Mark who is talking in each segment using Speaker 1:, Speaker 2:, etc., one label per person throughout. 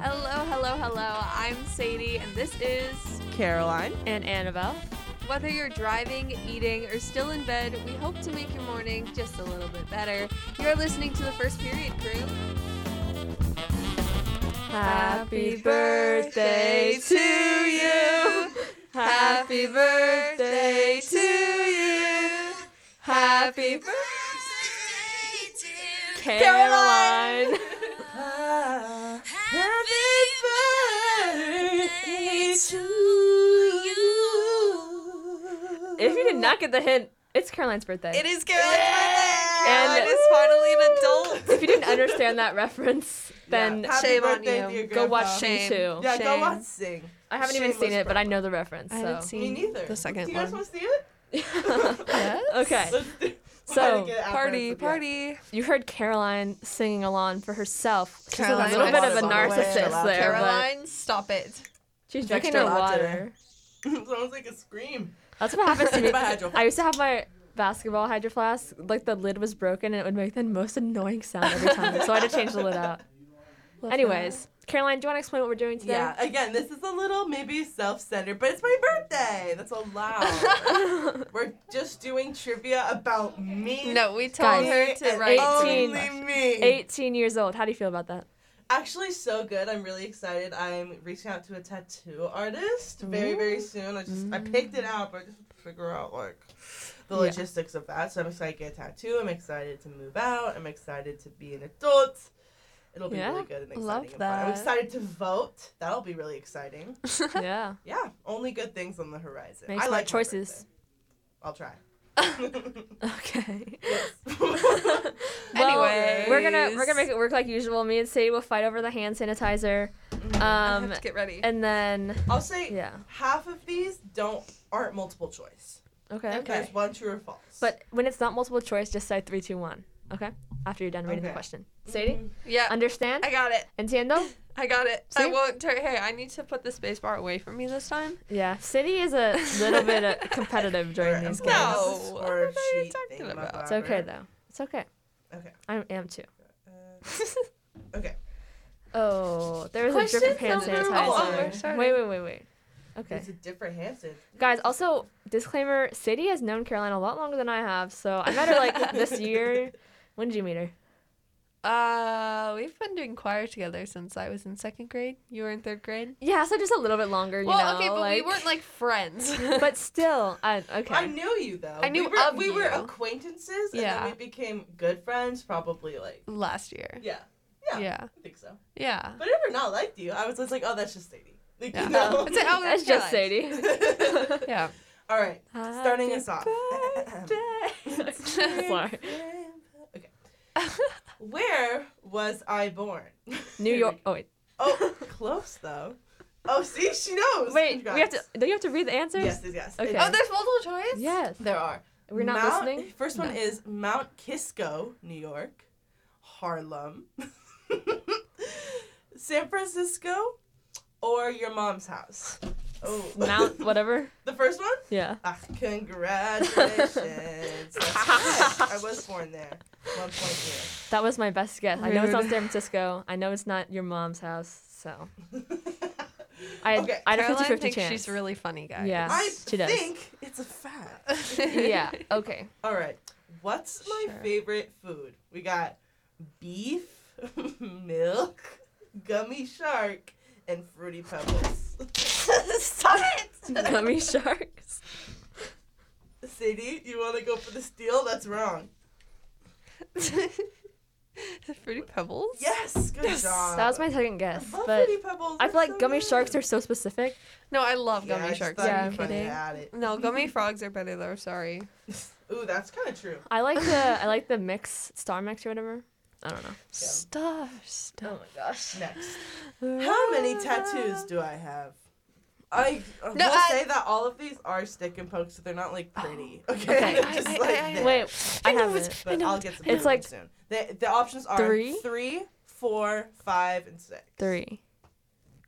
Speaker 1: Hello, hello, hello. I'm Sadie, and this is
Speaker 2: Caroline.
Speaker 3: and Annabelle.
Speaker 1: Whether you're driving, eating, or still in bed, we hope to make your morning just a little bit better. You're listening to the first period crew.
Speaker 3: Happy birthday
Speaker 2: to you.
Speaker 1: Happy birthday
Speaker 2: to you. Happy
Speaker 3: Caroline. If you did not get the hint, it's Caroline's birthday.
Speaker 2: It is Caroline's birthday.
Speaker 3: And-
Speaker 2: Caroline is finally an adult.
Speaker 3: If you didn't understand that reference, then
Speaker 2: Yeah. Happy
Speaker 1: shame on
Speaker 2: birthday
Speaker 1: you.
Speaker 2: to your
Speaker 3: go watch
Speaker 2: grandpa.
Speaker 1: Shame.
Speaker 3: Mewtwo.
Speaker 2: Yeah, go
Speaker 1: Shame.
Speaker 2: watch Sing.
Speaker 3: I haven't even
Speaker 2: Shameless
Speaker 3: seen it, but I
Speaker 2: brag.
Speaker 3: know the reference.
Speaker 1: I haven't
Speaker 3: so.
Speaker 1: seen
Speaker 2: Me neither.
Speaker 1: the second
Speaker 2: Do you guys
Speaker 1: one.
Speaker 2: want to see it?
Speaker 1: Yes.
Speaker 3: Okay.
Speaker 2: Let's do-
Speaker 3: So,
Speaker 2: Why did I get apprehensive
Speaker 1: Party,
Speaker 2: yet?
Speaker 1: party.
Speaker 3: You heard Caroline singing along for herself. She's
Speaker 1: Caroline,
Speaker 3: a little bit
Speaker 1: I
Speaker 3: of a
Speaker 1: saw the
Speaker 3: narcissist
Speaker 2: way.
Speaker 3: there, but
Speaker 1: Caroline, stop it.
Speaker 3: she's
Speaker 2: Dexter
Speaker 3: drinking her
Speaker 2: latte.
Speaker 3: water.
Speaker 2: Sounds like a scream.
Speaker 3: That's what happens to me.
Speaker 2: My hydro flask.
Speaker 3: I used to have my basketball hydro flask, like the lid was broken and it would make the most annoying sound every time. so I had to change the lid out. Anyways, Caroline, do you want to explain what we're doing today?
Speaker 2: Yeah, again, this is a little maybe self centered, but it's my birthday. That's allowed. We're just doing trivia about me.
Speaker 1: No, we told
Speaker 3: Guys,
Speaker 1: her to
Speaker 2: and
Speaker 1: write.
Speaker 3: Eighteen.
Speaker 2: Only me.
Speaker 3: 18 years old. How do you feel about that?
Speaker 2: Actually, so good. I'm really excited. I'm reaching out to a tattoo artist very, very soon. I just I picked it out, but I just figure out like the
Speaker 3: Yeah.
Speaker 2: logistics of that. So I'm excited to get a tattoo. I'm excited to move out. I'm excited to be an adult. It'll be
Speaker 3: Yeah,
Speaker 2: really good and exciting.
Speaker 1: love
Speaker 2: and fun. I'm
Speaker 1: that.
Speaker 2: excited to vote. That'll be really exciting.
Speaker 3: yeah.
Speaker 2: Yeah, only good things on the horizon.
Speaker 3: Make
Speaker 2: I
Speaker 3: smart
Speaker 2: like my
Speaker 3: choices.
Speaker 2: birthday. I'll try.
Speaker 3: Okay.
Speaker 2: Yes.
Speaker 3: Well,
Speaker 1: Anyways.
Speaker 3: we're gonna we're gonna make it work like usual. Me and Sadie will fight over the hand sanitizer,
Speaker 1: I
Speaker 3: um,
Speaker 1: have to get ready.
Speaker 3: and then
Speaker 2: I'll say
Speaker 3: yeah,
Speaker 2: half of these don't aren't multiple choice.
Speaker 3: okay.
Speaker 1: Okay.
Speaker 2: There's one true or false.
Speaker 3: But when it's not multiple choice, just say three, two, one. Okay. After you're done reading the
Speaker 2: Okay.
Speaker 3: question, Sadie,
Speaker 1: yeah,
Speaker 3: understand?
Speaker 1: I got it.
Speaker 3: Entiendo?
Speaker 1: I got it. I
Speaker 3: See?
Speaker 1: won't turn. Hey, I need to put the space bar away from me this time.
Speaker 3: Yeah, City is a little bit uh, competitive during
Speaker 2: Alright,
Speaker 3: these
Speaker 2: I'm gonna
Speaker 1: No.
Speaker 3: games.
Speaker 2: have a score
Speaker 1: What are you
Speaker 2: sheet
Speaker 1: talking
Speaker 2: thing
Speaker 1: about?
Speaker 3: It's okay though. It's okay.
Speaker 2: Okay.
Speaker 3: I am too.
Speaker 2: Okay.
Speaker 3: Oh, there is a
Speaker 1: Question
Speaker 3: different hand
Speaker 1: number one.
Speaker 3: sanitizer. wait, wait, wait, wait. Okay.
Speaker 2: It's a different handset.
Speaker 3: Guys, also disclaimer: Sadie has known Caroline a lot longer than I have, so I met her like this year. When did you meet her?
Speaker 1: Uh, we've been doing choir together since I was in second grade. You were in third grade.
Speaker 3: Yeah, so just a little bit longer. You
Speaker 1: well,
Speaker 3: know,
Speaker 1: okay, but
Speaker 3: like,
Speaker 1: we weren't like friends.
Speaker 3: But still, I, okay.
Speaker 2: I knew you though.
Speaker 1: I knew
Speaker 2: we were,
Speaker 1: of
Speaker 2: we were
Speaker 1: you.
Speaker 2: acquaintances and
Speaker 1: Yeah.
Speaker 2: then we became good friends probably like
Speaker 1: last year.
Speaker 2: yeah. Yeah.
Speaker 1: Yeah. Yeah.
Speaker 2: I think so. But I never not liked you. I was just like, oh that's just Sadie. Like,
Speaker 1: Yeah.
Speaker 2: you know?
Speaker 1: It's like, oh,
Speaker 3: That's just Sadie. oh,
Speaker 1: Yeah.
Speaker 2: All right. Starting
Speaker 3: Happy
Speaker 2: us off.
Speaker 3: birthday. Sorry.
Speaker 2: Okay. Where was I born?
Speaker 3: New York. Oh wait,
Speaker 2: Oh, close though. Oh, see, she knows.
Speaker 3: wait. We have to.
Speaker 2: Congrats.
Speaker 3: Don't you have to read the answers?
Speaker 2: Yes, yes, yes.
Speaker 3: Okay.
Speaker 1: Oh, there's multiple choice.
Speaker 3: Yes.
Speaker 2: There are.
Speaker 3: We're not
Speaker 2: Mount-
Speaker 3: listening.
Speaker 2: First one
Speaker 3: No.
Speaker 2: is Mount Kisco, New York, Harlem, San Francisco, or your mom's house. Oh,
Speaker 3: Mount whatever.
Speaker 2: the first one.
Speaker 3: Yeah.
Speaker 2: Ah, congratulations! That's right. I was born there. One point here.
Speaker 3: That was my best guess. I know it's not
Speaker 1: Rude.
Speaker 3: San Francisco. I know it's not your mom's house. So I
Speaker 2: Okay,
Speaker 3: I had a
Speaker 1: Caroline
Speaker 3: 50 50
Speaker 1: thinks
Speaker 3: chance.
Speaker 1: she's really funny, guys.
Speaker 3: Yeah.
Speaker 2: I
Speaker 3: she does.
Speaker 2: think it's a fact.
Speaker 3: yeah. Okay.
Speaker 2: All right. What's my
Speaker 3: Sure.
Speaker 2: favorite food? We got beef, milk, gummy shark, and fruity pebbles. Stop it!
Speaker 3: Gummy sharks.
Speaker 2: Sadie, you want to go for the steal? That's wrong.
Speaker 1: Fruity Pebbles.
Speaker 2: Yes, good job.
Speaker 3: That was my second
Speaker 2: I
Speaker 3: guess,
Speaker 2: love
Speaker 3: but
Speaker 2: fruity pebbles.
Speaker 3: I
Speaker 2: They're
Speaker 3: feel like
Speaker 2: so
Speaker 3: gummy
Speaker 2: good.
Speaker 3: sharks are so specific.
Speaker 1: No, I love
Speaker 2: Yeah, I
Speaker 1: gummy
Speaker 2: just
Speaker 1: sharks.
Speaker 2: thought
Speaker 3: Yeah,
Speaker 2: you'd be funny
Speaker 3: kidding.
Speaker 2: at it.
Speaker 1: No, gummy frogs are better though. Sorry.
Speaker 2: Ooh, that's kind of true.
Speaker 3: I like the I like the mix star mix or whatever. I don't know.
Speaker 1: Stuff. Stuff.
Speaker 3: my gosh.
Speaker 2: Next, how many tattoos do I have? I uh,
Speaker 1: No,
Speaker 2: will
Speaker 1: I-
Speaker 2: say that all of these are stick and poke, so they're not like pretty.
Speaker 3: Okay.
Speaker 2: Okay, They're
Speaker 1: Oh, I-
Speaker 2: just
Speaker 1: I-
Speaker 2: like
Speaker 1: I- I-
Speaker 2: there.
Speaker 3: Wait, I have it.
Speaker 2: but I'll get some.
Speaker 3: It's
Speaker 2: It's
Speaker 3: like
Speaker 2: like soon. The, the options are
Speaker 3: three?
Speaker 2: three, four, five, and six.
Speaker 3: Three.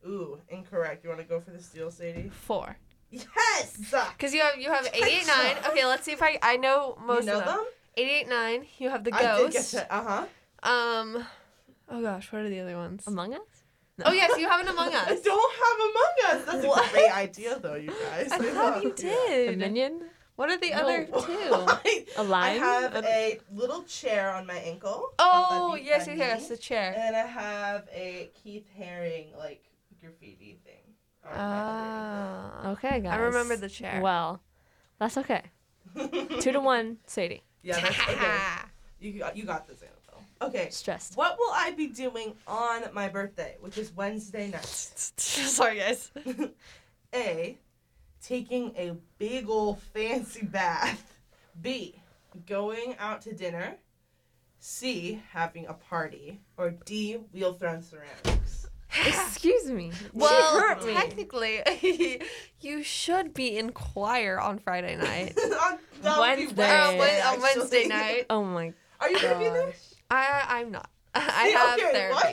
Speaker 2: Ooh, incorrect. You want to go for the steal, Sadie?
Speaker 1: Four.
Speaker 2: Yes.
Speaker 1: Cause you have you have eight eight nine. Okay, let's see if I I know most
Speaker 2: you know
Speaker 1: of them.
Speaker 2: them?
Speaker 1: Eight eight nine. You have the
Speaker 2: I did get
Speaker 1: ghost.
Speaker 2: to. Uh huh.
Speaker 1: Um, oh gosh, what are the other ones?
Speaker 3: Among Us?
Speaker 1: Oh yes, you have an Among
Speaker 2: I
Speaker 1: Us.
Speaker 2: don't have Among Us. That's
Speaker 1: What?
Speaker 2: a great idea, though, you guys.
Speaker 1: I thought you
Speaker 3: A
Speaker 1: did.
Speaker 3: minion?
Speaker 1: What are the
Speaker 3: No.
Speaker 1: other two?
Speaker 3: A
Speaker 2: I
Speaker 3: lion?
Speaker 2: have
Speaker 3: A-
Speaker 2: a little chair on my ankle.
Speaker 1: Um, Oh
Speaker 2: That'd be
Speaker 1: yes, yes,
Speaker 2: funny.
Speaker 1: yes, the chair.
Speaker 2: And I have a Keith Haring like graffiti thing. on my
Speaker 1: Ah,
Speaker 3: okay, guys.
Speaker 1: I remember the chair.
Speaker 3: Well, that's okay.
Speaker 1: Ah.
Speaker 2: other-
Speaker 3: Two to one, Sadie.
Speaker 2: yeah, that's okay. You got, you got this, Annabelle. Okay.
Speaker 3: Stressed.
Speaker 2: What will I be doing on my birthday, which is Wednesday night?
Speaker 1: Sorry guys.
Speaker 2: A, taking a big old fancy bath. B, going out to dinner. C, having a party. Or D, wheel thrown ceramics.
Speaker 3: Excuse me.
Speaker 1: Well,
Speaker 3: she hurt me.
Speaker 1: technically, you should be in choir on Friday night.
Speaker 2: on, that would be
Speaker 3: Wednesday.
Speaker 1: Uh, Wed- on
Speaker 2: actually.
Speaker 1: Wednesday night.
Speaker 3: oh my.
Speaker 2: Are you gonna be there?
Speaker 3: Gosh.
Speaker 1: I I'm not. I
Speaker 2: See,
Speaker 1: have
Speaker 2: okay,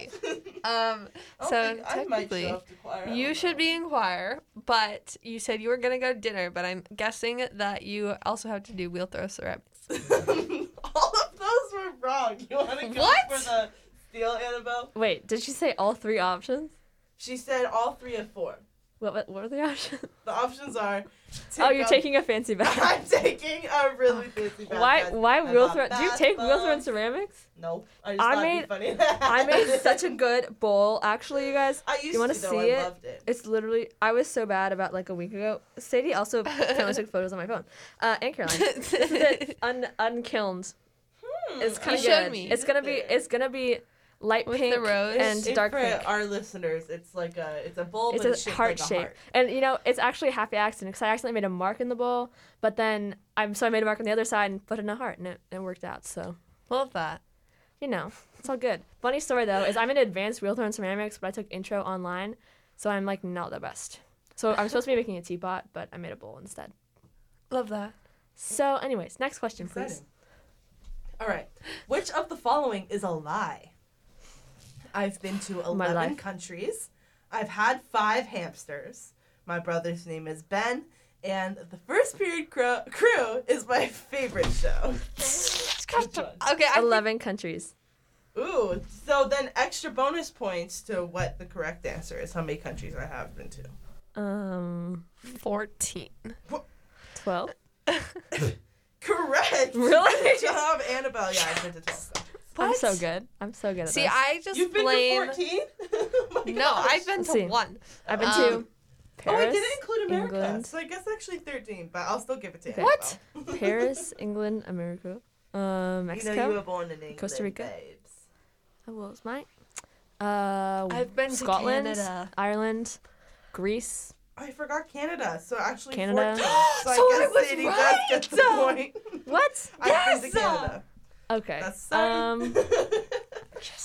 Speaker 1: therapy.
Speaker 2: what?
Speaker 1: Um,
Speaker 2: I don't
Speaker 1: so
Speaker 2: think I might show
Speaker 1: technically,
Speaker 2: up to choir, I don't
Speaker 1: Um, you should
Speaker 2: know.
Speaker 1: be in choir, but you said you were gonna go to dinner. But I'm guessing that you also have to do wheel throw ceramics.
Speaker 2: all of those were wrong. You want to go
Speaker 1: What?
Speaker 2: for the steal, Annabelle?
Speaker 3: Wait, did she say all three options?
Speaker 2: She said all three of four.
Speaker 3: What what, what are the options?
Speaker 2: The options are.
Speaker 3: oh, you're
Speaker 2: take a-
Speaker 3: taking a fancy bath.
Speaker 2: I'm taking a really fancy bath.
Speaker 3: why
Speaker 2: guys.
Speaker 3: why
Speaker 2: I
Speaker 3: wheel
Speaker 2: bought
Speaker 3: throw? Do you
Speaker 2: bath
Speaker 3: take wheel throw and
Speaker 2: bombs.
Speaker 3: ceramics?
Speaker 2: No, I just
Speaker 3: I
Speaker 2: thought
Speaker 3: made-
Speaker 2: it'd be funny.
Speaker 3: I made such a good bowl. Actually, you guys,
Speaker 2: I used
Speaker 3: you wanna
Speaker 2: to though.
Speaker 3: see
Speaker 2: I
Speaker 3: it?
Speaker 2: loved it.
Speaker 3: It's literally I was so bad about like a week ago. Sadie also apparently took photos on my phone. Uh, and Caroline. The un unkilmed.
Speaker 2: Hmm,
Speaker 3: It's
Speaker 1: Mm, You
Speaker 3: kind of
Speaker 1: showed
Speaker 3: good.
Speaker 1: me.
Speaker 3: It's gonna be it's gonna be light
Speaker 1: With the
Speaker 3: pink
Speaker 1: rose.
Speaker 3: and
Speaker 2: If
Speaker 3: dark
Speaker 2: for
Speaker 3: pink.
Speaker 2: our listeners, it's like a it's a bowl, but
Speaker 3: It's a
Speaker 2: shaped
Speaker 3: heart
Speaker 2: like a
Speaker 3: shape,
Speaker 2: heart.
Speaker 3: and you know it's actually a happy accident because I accidentally made a mark in the bowl, but then I'm so I made a mark on the other side and put in a heart, and it, it worked out. So
Speaker 1: Love that.
Speaker 3: you know it's all good. Funny story though is I'm in advanced wheel throw and ceramics, but I took intro online, so I'm like not the best. So I'm supposed to be making a teapot, but I made a bowl instead.
Speaker 1: Love that.
Speaker 3: So, anyways, next question, please.
Speaker 2: Exciting. All right. Which of the following is a lie? I've been to 11
Speaker 3: life.
Speaker 2: countries. I've had five hamsters. My brother's name is Ben. And the first period crew, crew is my favorite show. Which one?
Speaker 1: Okay, I think
Speaker 3: Eleven countries.
Speaker 2: Ooh, so then extra bonus points to what the correct answer is, how many countries I have been to.
Speaker 3: Um,
Speaker 1: fourteen.
Speaker 3: twelve.
Speaker 2: Correct!
Speaker 3: Really?
Speaker 2: Good job, Annabelle. Yeah, I've been to 12 countries.
Speaker 3: I'm
Speaker 1: What?
Speaker 3: so good. I'm so good at
Speaker 1: See,
Speaker 3: this.
Speaker 1: I just
Speaker 2: You've been
Speaker 1: blame.
Speaker 2: to 14? Oh my
Speaker 1: No,
Speaker 2: gosh.
Speaker 1: I've been
Speaker 3: Let's
Speaker 1: to
Speaker 3: see.
Speaker 1: one.
Speaker 3: I've been
Speaker 1: um,
Speaker 3: to
Speaker 2: Oh, I
Speaker 3: Paris,
Speaker 2: didn't include America.
Speaker 3: England.
Speaker 2: So I guess actually 13, but I'll still give it to
Speaker 3: Okay.
Speaker 2: you.
Speaker 1: What?
Speaker 3: Paris, England, America, uh, Mexico.
Speaker 2: You know you were born in England,
Speaker 3: Costa Rica?
Speaker 2: babes.
Speaker 3: Oh, what was mine? Uh,
Speaker 1: I've been to
Speaker 3: Scotland,
Speaker 1: Canada.
Speaker 3: Ireland, Greece.
Speaker 2: I forgot Canada. So actually
Speaker 3: Canada.
Speaker 2: 14.
Speaker 1: So
Speaker 2: So,
Speaker 1: I
Speaker 2: I guess
Speaker 1: was
Speaker 2: Sadie does get the
Speaker 1: right!
Speaker 2: point.
Speaker 3: What?
Speaker 2: I've been
Speaker 1: Yes!
Speaker 2: to Canada.
Speaker 3: Okay.
Speaker 2: That's so
Speaker 3: Um,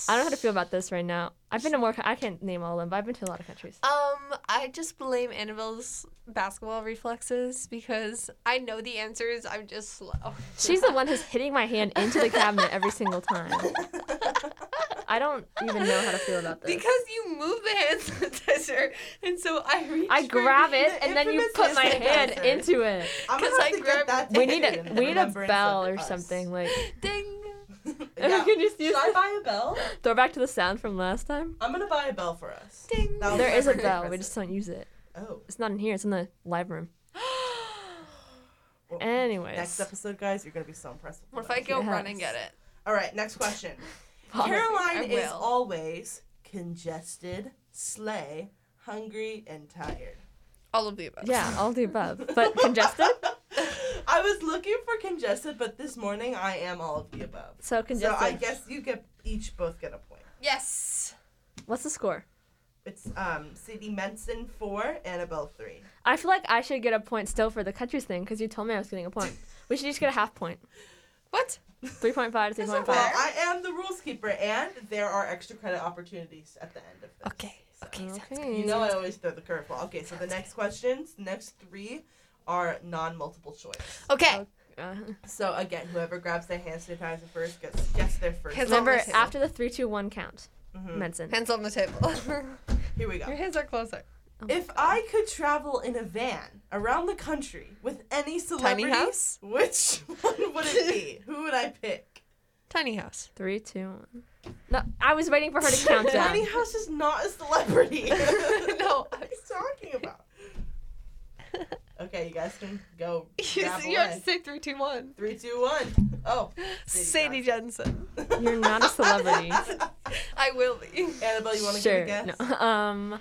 Speaker 3: I don't know how to feel about this right now. I've been to more. co- I can't name all of them, but I've been to a lot of countries.
Speaker 1: Um, I just blame Annabelle's basketball reflexes because I know the answers. I'm just slow.
Speaker 3: She's the one who's hitting my hand into the cabinet every single time. I don't even know how to feel about this.
Speaker 1: Because you move the hand sanitizer, and so I reach.
Speaker 3: I
Speaker 1: for
Speaker 3: grab
Speaker 1: the-
Speaker 3: it
Speaker 2: the
Speaker 3: and then you
Speaker 2: infamous
Speaker 3: put my
Speaker 2: hand
Speaker 3: hand
Speaker 2: sanitizer.
Speaker 3: into it.
Speaker 2: I'm gonna
Speaker 1: 'Cause
Speaker 2: have
Speaker 1: I
Speaker 2: to get
Speaker 1: grabbed-
Speaker 2: that
Speaker 3: We need
Speaker 2: taken
Speaker 3: a
Speaker 2: in
Speaker 3: we need a
Speaker 2: remembrance of
Speaker 3: bell or
Speaker 2: us.
Speaker 3: something like.
Speaker 1: Ding.
Speaker 2: yeah.
Speaker 3: Can you see
Speaker 2: Should I
Speaker 3: us-
Speaker 2: buy a bell?
Speaker 3: Throw back to the sound from last time.
Speaker 2: I'm gonna buy a bell for us.
Speaker 1: Ding.
Speaker 2: That was
Speaker 3: There
Speaker 2: my
Speaker 3: is a
Speaker 2: birthday
Speaker 3: bell. We
Speaker 2: present.
Speaker 3: just don't use it.
Speaker 2: Oh.
Speaker 3: It's not in here. It's in the live room.
Speaker 2: Well,
Speaker 3: Anyways,
Speaker 2: Next episode, guys, you're gonna be so impressed. with
Speaker 1: What if
Speaker 2: that.
Speaker 1: I go
Speaker 3: Yes.
Speaker 1: run and get it?
Speaker 2: All right, next question.
Speaker 3: Pause.
Speaker 1: I
Speaker 2: Caroline is
Speaker 1: will.
Speaker 2: always congested, sleigh, hungry, and tired.
Speaker 1: All of the above.
Speaker 3: yeah, all the above, but congested.
Speaker 2: I was looking for congested, but this morning I am all of the above.
Speaker 3: So congested.
Speaker 2: So I guess you get each both get a point.
Speaker 1: Yes.
Speaker 3: What's the score?
Speaker 2: It's um Sadie Menson four, Annabelle three.
Speaker 3: I feel like I should get a point still for the countries thing because you told me I was getting a point. We should each get a half point.
Speaker 1: What?
Speaker 3: Three point five to three point
Speaker 1: not
Speaker 2: Well,
Speaker 3: five.
Speaker 1: fair.
Speaker 2: I am the rules keeper, and there are extra credit opportunities at the end of this.
Speaker 1: Okay.
Speaker 2: So-
Speaker 1: Okay. sounds good.
Speaker 3: Okay.
Speaker 2: You know I always throw the curveball. Okay, so the next questions, next three, are non-multiple choice.
Speaker 1: Okay.
Speaker 3: Uh,
Speaker 2: So again, whoever grabs their hand sanitizer first gets gets their first.
Speaker 1: Hands
Speaker 2: one.
Speaker 1: on
Speaker 3: remember,
Speaker 1: the table.
Speaker 3: after the three, two, one count,
Speaker 2: Mhm.
Speaker 3: Benson.
Speaker 1: Hands on the table.
Speaker 2: Here we
Speaker 1: Your
Speaker 2: go.
Speaker 1: hands are closer.
Speaker 2: If I could travel in a van around the country with any celebrity,
Speaker 1: house?
Speaker 2: which one would it be? Who would I pick?
Speaker 1: Tiny house.
Speaker 3: Three, two, one. No, I was waiting for her to count
Speaker 2: Tiny
Speaker 3: down.
Speaker 2: House is not a celebrity.
Speaker 1: No.
Speaker 2: what are you talking about? Okay, you guys can go.
Speaker 1: you
Speaker 2: grab
Speaker 1: you have
Speaker 2: away.
Speaker 1: to say three, two, one.
Speaker 2: Three, two, one. Oh,
Speaker 1: Sadie Jensen.
Speaker 3: You're not a celebrity.
Speaker 1: I will be.
Speaker 2: Annabelle, you want to
Speaker 3: sure.
Speaker 2: give a guess?
Speaker 3: No. Um,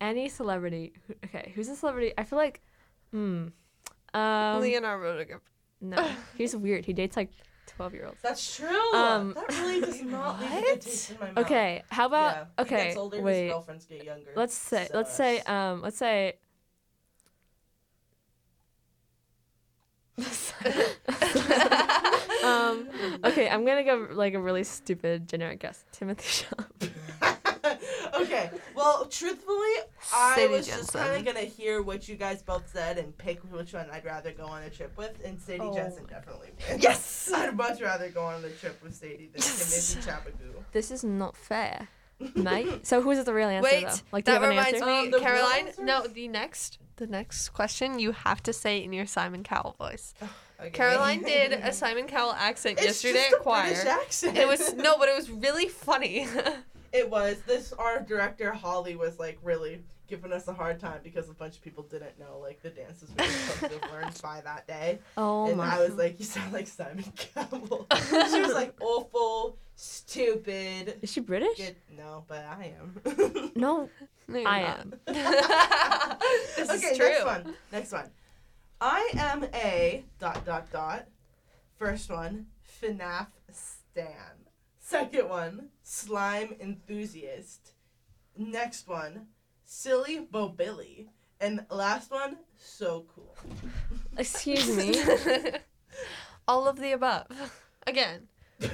Speaker 3: any celebrity? who- Okay, who's a celebrity? I feel like, hmm. Um,
Speaker 1: Leonardo DiCaprio.
Speaker 3: no, he's weird. He dates like twelve-year-olds.
Speaker 2: That's true.
Speaker 3: Um,
Speaker 2: that really does not leave a good
Speaker 1: what?
Speaker 2: taste in my mouth.
Speaker 3: Okay, how
Speaker 2: Yeah.
Speaker 3: about
Speaker 2: He
Speaker 3: okay?
Speaker 2: gets older, His
Speaker 3: wait,
Speaker 2: girlfriends get younger.
Speaker 3: let's say let's
Speaker 2: So-
Speaker 3: say
Speaker 2: uh,
Speaker 3: um let's say. um, okay, I'm gonna go like a really stupid generic guess. Timothy Chalamet.
Speaker 1: um,
Speaker 2: okay. Well, truthfully, I
Speaker 1: Sadie
Speaker 2: was just
Speaker 1: Jensen.
Speaker 2: kind of gonna hear what you guys both said and pick which one I'd rather go on a trip with, and Sadie
Speaker 3: Oh.
Speaker 2: Jensen definitely. wins.
Speaker 1: Yes.
Speaker 2: I'd much rather go on the trip with Sadie than
Speaker 3: Yes.
Speaker 2: Timothy Chapagoo.
Speaker 3: This is not fair, mate. so who's the real answer?
Speaker 1: Wait,
Speaker 3: though? like do you
Speaker 1: that
Speaker 3: have an
Speaker 1: reminds
Speaker 3: answer?
Speaker 1: me,
Speaker 2: Um, the real
Speaker 1: Caroline.
Speaker 2: answer?
Speaker 1: No, the next, the next question you have to say in your Simon Cowell voice.
Speaker 2: Okay.
Speaker 1: Caroline did a Simon Cowell accent
Speaker 2: It's
Speaker 1: yesterday
Speaker 2: just
Speaker 1: at
Speaker 2: a
Speaker 1: choir.
Speaker 2: British accent.
Speaker 1: It was no, but it was really funny.
Speaker 2: It was. This our director Holly was like really giving us a hard time because a bunch of people didn't know like the dances we were supposed to have learned by that day.
Speaker 3: Oh
Speaker 2: and
Speaker 3: my!
Speaker 2: I was like, You sound like Simon Cowell. she was like awful, stupid.
Speaker 3: is she British?
Speaker 2: Good no, but I am.
Speaker 3: No,
Speaker 1: No, you're
Speaker 3: I
Speaker 1: not.
Speaker 3: am.
Speaker 1: this
Speaker 2: okay,
Speaker 1: is true.
Speaker 2: next one. Next one. I am a dot dot dot. First one, FNAF Stan. Second one, slime enthusiast. Next one, silly bobilly. And last one, so cool.
Speaker 3: Excuse me.
Speaker 1: all of the above. Again,
Speaker 2: okay,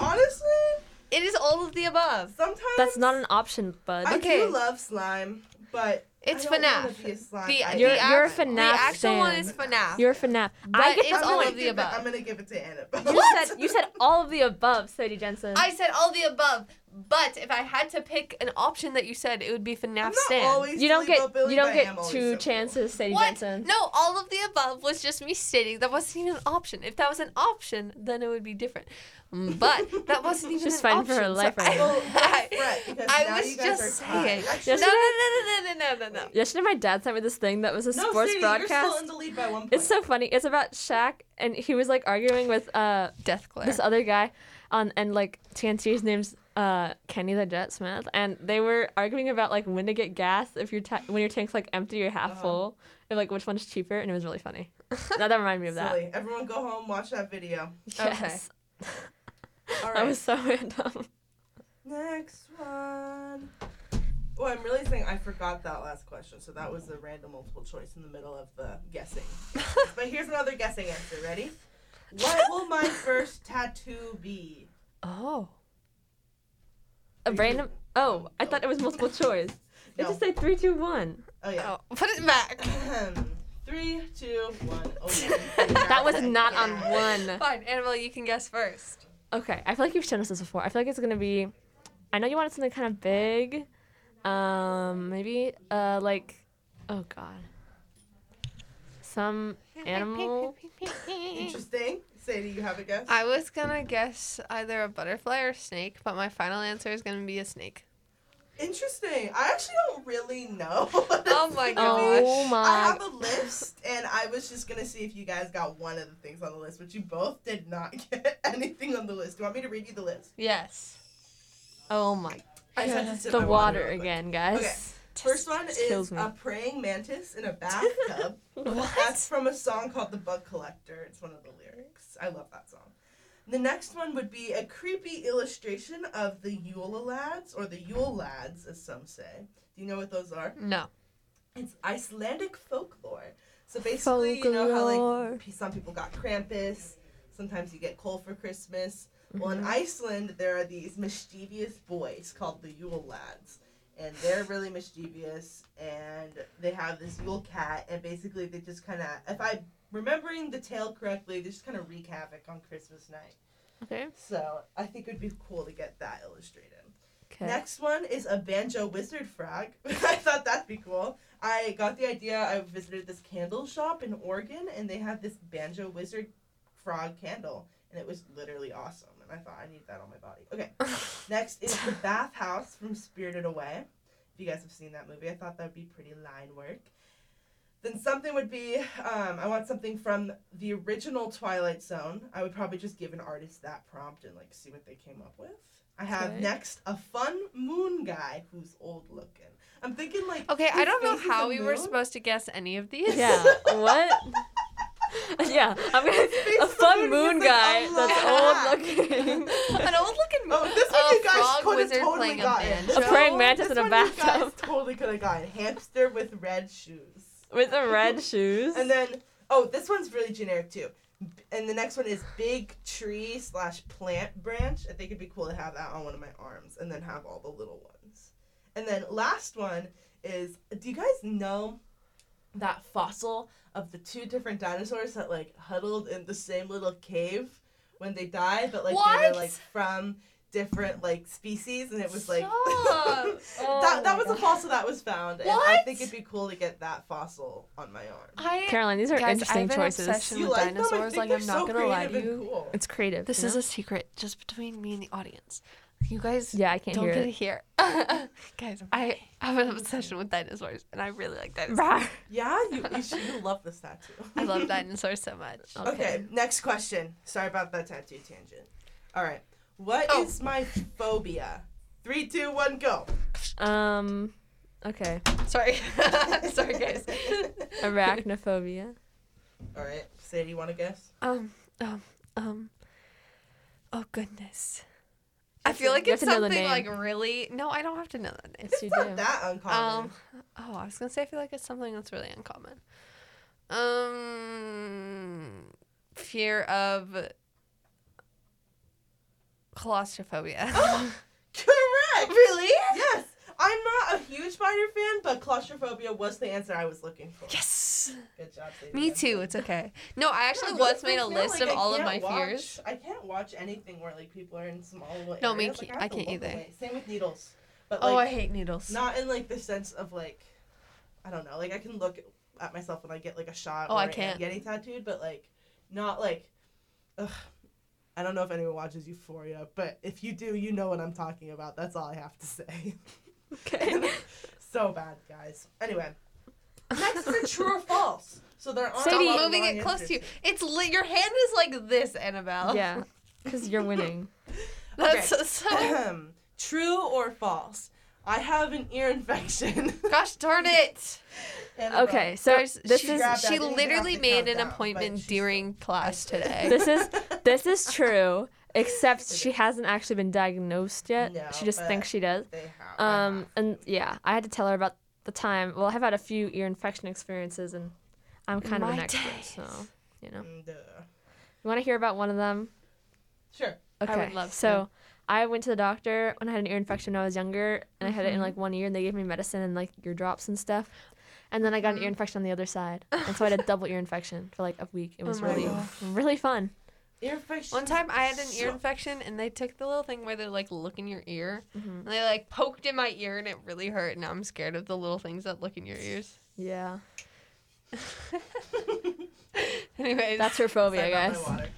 Speaker 2: honestly,
Speaker 1: it is all of the above.
Speaker 2: sometimes
Speaker 3: That's not an option, bud.
Speaker 2: I
Speaker 1: okay.
Speaker 2: do love slime, but
Speaker 1: It's
Speaker 2: I don't wanna
Speaker 1: FNAF.
Speaker 2: Be a slime.
Speaker 1: The-
Speaker 2: I
Speaker 1: the
Speaker 2: am
Speaker 1: act- You're a
Speaker 2: one.
Speaker 1: The
Speaker 3: FNAF
Speaker 1: actual one
Speaker 3: Stan.
Speaker 1: is FNAF.
Speaker 3: You're FNAF.
Speaker 1: But
Speaker 3: I get
Speaker 1: it's
Speaker 3: the
Speaker 2: I'm
Speaker 1: all
Speaker 2: gonna
Speaker 1: of the
Speaker 2: give it-
Speaker 1: above.
Speaker 2: I'm gonna give it to Annabelle.
Speaker 3: You said you said all of the above, Sadie Jensen.
Speaker 1: I said all the above, but if I had to pick an option that you said, it would be FNAF
Speaker 2: I'm not
Speaker 1: Stan.
Speaker 2: always
Speaker 3: you don't
Speaker 2: silly
Speaker 3: get
Speaker 2: bobilly,
Speaker 3: you
Speaker 2: but
Speaker 3: don't
Speaker 2: I
Speaker 3: get
Speaker 2: am always
Speaker 3: two
Speaker 2: so cool.
Speaker 3: chances, Sadie
Speaker 1: What?
Speaker 3: Jensen.
Speaker 1: No, all of the above was just me stating that wasn't even an option. If that was an option, then it would be different. Mm, But that wasn't even
Speaker 3: She's
Speaker 1: an
Speaker 3: fighting
Speaker 1: option.
Speaker 3: for her life
Speaker 1: so
Speaker 3: right now.
Speaker 2: Well,
Speaker 1: I,
Speaker 2: that's right, because
Speaker 1: I
Speaker 2: now
Speaker 1: was
Speaker 2: you guys
Speaker 1: just
Speaker 2: are tied.
Speaker 1: saying.
Speaker 2: Actually-
Speaker 1: no, no, no, no, no, no, no, no, no.
Speaker 3: Yesterday, my dad sent me this thing that was a
Speaker 2: No,
Speaker 3: sports
Speaker 2: Sadie, You're still
Speaker 3: broadcast.
Speaker 2: in the lead by one point.
Speaker 3: It's so funny. It's about Shaq, and he was like arguing with uh
Speaker 1: Death glare.
Speaker 3: this other guy on and like TNT's name's uh Kenny the Jet Smith and they were arguing about like when to get gas if your ta- when your tank's like empty or half
Speaker 2: Uh-huh.
Speaker 3: full and like which one's cheaper and it was really funny. now that reminded me of that.
Speaker 2: Silly. Everyone go home, watch that video.
Speaker 1: Okay.
Speaker 3: Yes.
Speaker 2: All
Speaker 3: That
Speaker 2: right.
Speaker 3: was so random.
Speaker 2: Next one. Oh, I'm really saying I forgot that last question, so that was the random multiple choice in the middle of the guessing. but here's another guessing answer. Ready? What will my first tattoo be?
Speaker 3: Oh. A random Oh, I thought it was multiple choice. It
Speaker 2: No.
Speaker 3: just said three, two, one.
Speaker 2: Oh yeah.
Speaker 1: Oh, put it back.
Speaker 2: Three, two, one. Oh,
Speaker 3: Oh. That was not on one.
Speaker 1: Fine, Annabelle, you can guess first.
Speaker 3: Okay, I feel like you've shown us this before. I feel like it's gonna be. I know you wanted something kind of big, um, maybe uh, like, oh god, some animal.
Speaker 2: Interesting. Sadie, you have a guess?
Speaker 1: I was gonna guess either a butterfly or a snake, but my final answer is gonna be a snake.
Speaker 2: Interesting. I actually don't really know.
Speaker 1: Oh my Gosh.
Speaker 3: Oh
Speaker 2: I
Speaker 3: my!
Speaker 2: have a list, and I was just gonna see if you guys got one of the things on the list, but you both did not get anything on the list. Do you want me to read you the list?
Speaker 1: Yes. Oh my.
Speaker 2: I just had to sip
Speaker 3: The
Speaker 2: my
Speaker 3: water
Speaker 2: real quick.
Speaker 3: again, guys.
Speaker 2: Okay. First one
Speaker 3: just
Speaker 2: is
Speaker 3: kills me.
Speaker 2: a praying mantis in a bathtub. That's from a song called The Bug Collector. It's one of the lyrics. I love that song. The next one would be a creepy illustration of the Yule Lads, or the Yule Lads, as some say. Do you know what those are?
Speaker 1: No.
Speaker 2: It's Icelandic folklore. So basically, you know how
Speaker 3: Folklore.
Speaker 2: like p- some people got Krampus, sometimes you get coal for Christmas. Well, in Iceland, there are these mischievous boys called the Yule Lads, and they're really mischievous. And they have this Yule cat, and basically they just kind of, if I'm remembering the tale correctly, they just kind of wreak havoc on Christmas night.
Speaker 3: Okay.
Speaker 2: So I think it would be cool to get that illustrated.
Speaker 3: Okay.
Speaker 2: Next one is a banjo wizard frog. I thought that'd be cool. I got the idea. I visited this candle shop in Oregon, and they had this banjo wizard frog candle, and it was literally awesome. And I thought I need that on my body. Okay. Next is the bathhouse from Spirited Away. If you guys have seen that movie, I thought that would be pretty line work. Then something would be um, I want something from the original Twilight Zone. I would probably just give an artist that prompt and like see what they came up with. I have
Speaker 3: Okay.
Speaker 2: next a fun moon guy who's old looking. I'm thinking like
Speaker 1: Okay, I
Speaker 2: his
Speaker 1: don't know
Speaker 2: face is
Speaker 1: how
Speaker 2: a
Speaker 1: we were
Speaker 2: moon.
Speaker 1: supposed to guess any of these.
Speaker 3: Yeah. What? yeah. I'm gonna
Speaker 2: Space
Speaker 3: a fun
Speaker 2: balloon
Speaker 3: moon
Speaker 2: with, like, oh
Speaker 3: guy
Speaker 2: a
Speaker 1: lot.
Speaker 3: that's old looking.
Speaker 1: An old looking
Speaker 2: Oh, this one you guys could have totally
Speaker 1: playing
Speaker 2: gotten.
Speaker 1: banjo.
Speaker 3: A praying mantis.
Speaker 2: This
Speaker 3: in a
Speaker 2: one you guys
Speaker 3: bathtub.
Speaker 2: totally could have gotten hamster with red shoes.
Speaker 3: With the red shoes.
Speaker 2: And then, oh, this one's really generic too. B- And the next one is big tree slash plant branch. I think it'd be cool to have that on one of my arms and then have all the little ones. And then last one is do you guys know that fossil of the two different dinosaurs that like huddled in the same little cave when they died, but like they
Speaker 1: What?
Speaker 2: were like from different like species and it was like
Speaker 1: Stop.
Speaker 3: Oh
Speaker 2: that,
Speaker 3: my
Speaker 2: that was a
Speaker 3: God.
Speaker 2: fossil that was found and I
Speaker 1: What?
Speaker 2: think it'd be cool to get that fossil on my arm.
Speaker 1: I
Speaker 3: Caroline, these are
Speaker 1: Guys, I
Speaker 3: interesting
Speaker 1: have an
Speaker 3: choices.
Speaker 1: obsession. with dinosaurs, like, I'm not gonna lie to
Speaker 2: creative and
Speaker 1: you.
Speaker 2: Cool.
Speaker 3: It's creative.
Speaker 1: this
Speaker 3: you
Speaker 1: is
Speaker 3: know?
Speaker 1: a secret just between me and the audience. You guys
Speaker 3: yeah. I can't
Speaker 1: don't
Speaker 3: hear
Speaker 1: get
Speaker 3: it.
Speaker 1: to hear. guys, I have an obsession with dinosaurs and I really like dinosaurs.
Speaker 3: Brah.
Speaker 2: Yeah, you, you should you love this tattoo.
Speaker 1: I love dinosaurs so much.
Speaker 2: Okay. next question. Sorry about that tattoo tangent. All right, what is
Speaker 1: Oh.
Speaker 2: my phobia? Three, two, one, go.
Speaker 3: Um. Okay.
Speaker 1: Sorry. Sorry guys.
Speaker 3: Arachnophobia.
Speaker 2: All right, Sadie, you want to guess?
Speaker 1: Um, um, um. Oh goodness. I feel like
Speaker 3: you
Speaker 1: it's
Speaker 3: have to know the
Speaker 1: something
Speaker 3: name.
Speaker 1: like really. No, I don't have to know that name.
Speaker 3: Yes, you
Speaker 2: it's not
Speaker 3: do.
Speaker 2: that uncommon.
Speaker 1: Um. Oh, I was gonna say I feel like it's something that's really uncommon. Um, fear of claustrophobia.
Speaker 2: Correct.
Speaker 1: Really?
Speaker 2: Yes. I'm not a huge spider fan, but claustrophobia was the answer I was looking for.
Speaker 1: yes.
Speaker 2: Good job, Sadie.
Speaker 1: Me
Speaker 2: That's
Speaker 1: too.
Speaker 2: good.
Speaker 1: It's okay. No, I actually
Speaker 2: Yeah,
Speaker 1: once
Speaker 2: but
Speaker 1: made
Speaker 2: I
Speaker 1: a
Speaker 2: feel
Speaker 1: list
Speaker 2: like
Speaker 1: of
Speaker 2: I
Speaker 1: all of
Speaker 2: can't
Speaker 1: my
Speaker 2: watch-
Speaker 1: fears.
Speaker 2: I can't watch anything where like people are in small little
Speaker 1: No, me
Speaker 2: areas. Like,
Speaker 1: ca-
Speaker 2: have
Speaker 1: I
Speaker 2: to
Speaker 1: can't
Speaker 2: look
Speaker 1: either.
Speaker 2: away. Same with needles, but
Speaker 1: oh, I
Speaker 2: like
Speaker 1: hate needles.
Speaker 2: not in like the sense of like, I don't know. Like I can look at myself when I get like a shot.
Speaker 1: Oh,
Speaker 2: or
Speaker 1: I
Speaker 2: am
Speaker 1: can't.
Speaker 2: getting tattooed, but like, not like, ugh. I don't know if anyone watches Euphoria, but if you do, you know what I'm talking about. That's all I have to say.
Speaker 3: Okay.
Speaker 2: so bad, guys. Anyway, next is true or false. So there aren't. a
Speaker 1: Stop
Speaker 3: Sadie-
Speaker 2: lot of
Speaker 1: moving
Speaker 2: wrong
Speaker 1: it close to you. It's
Speaker 2: answers.
Speaker 1: li- your hand is like this, Annabelle.
Speaker 3: yeah. Because you're winning.
Speaker 1: That's so.
Speaker 2: Ahem. True or false? I have an ear infection.
Speaker 1: Gosh darn it!
Speaker 2: Annabelle.
Speaker 3: Okay. So
Speaker 1: Guys,
Speaker 3: this
Speaker 1: she,
Speaker 3: is
Speaker 2: grabbed that.
Speaker 1: she
Speaker 2: I didn't even
Speaker 1: literally
Speaker 2: have to
Speaker 1: made
Speaker 2: count
Speaker 1: an
Speaker 2: down, but
Speaker 1: appointment
Speaker 2: she
Speaker 1: during class today.
Speaker 3: this is this is true. Except she hasn't actually been diagnosed yet.
Speaker 2: No,
Speaker 3: she just
Speaker 2: but-
Speaker 3: thinks she does.
Speaker 2: They have. I
Speaker 3: Um,
Speaker 2: have.
Speaker 3: and yeah, I had to tell her about the time. Well, I've had a few ear infection experiences, and I'm kind of an
Speaker 1: My
Speaker 3: expert,
Speaker 1: days.
Speaker 3: so you know.
Speaker 2: And, uh,
Speaker 3: You want to hear about one of them?
Speaker 2: sure.
Speaker 3: Okay.
Speaker 1: would love to.
Speaker 3: so I went to the doctor when I had an ear infection when I was younger, and I had it in like one ear, and they gave me medicine and like ear drops and stuff. And then I got an ear infection on the other side, and so I had a double ear infection for like a week. It was
Speaker 1: my
Speaker 3: really,
Speaker 2: God.
Speaker 3: really fun.
Speaker 2: Ear infection.
Speaker 1: One time I had an ear
Speaker 2: Sure.
Speaker 1: infection and they took the little thing where they like look in your ear and they like poked in my ear and it really hurt and now I'm scared of the little things that look in your ears.
Speaker 3: Yeah,
Speaker 1: Anyways,
Speaker 3: that's her phobia,
Speaker 2: Sorry about
Speaker 3: guys.
Speaker 2: my water.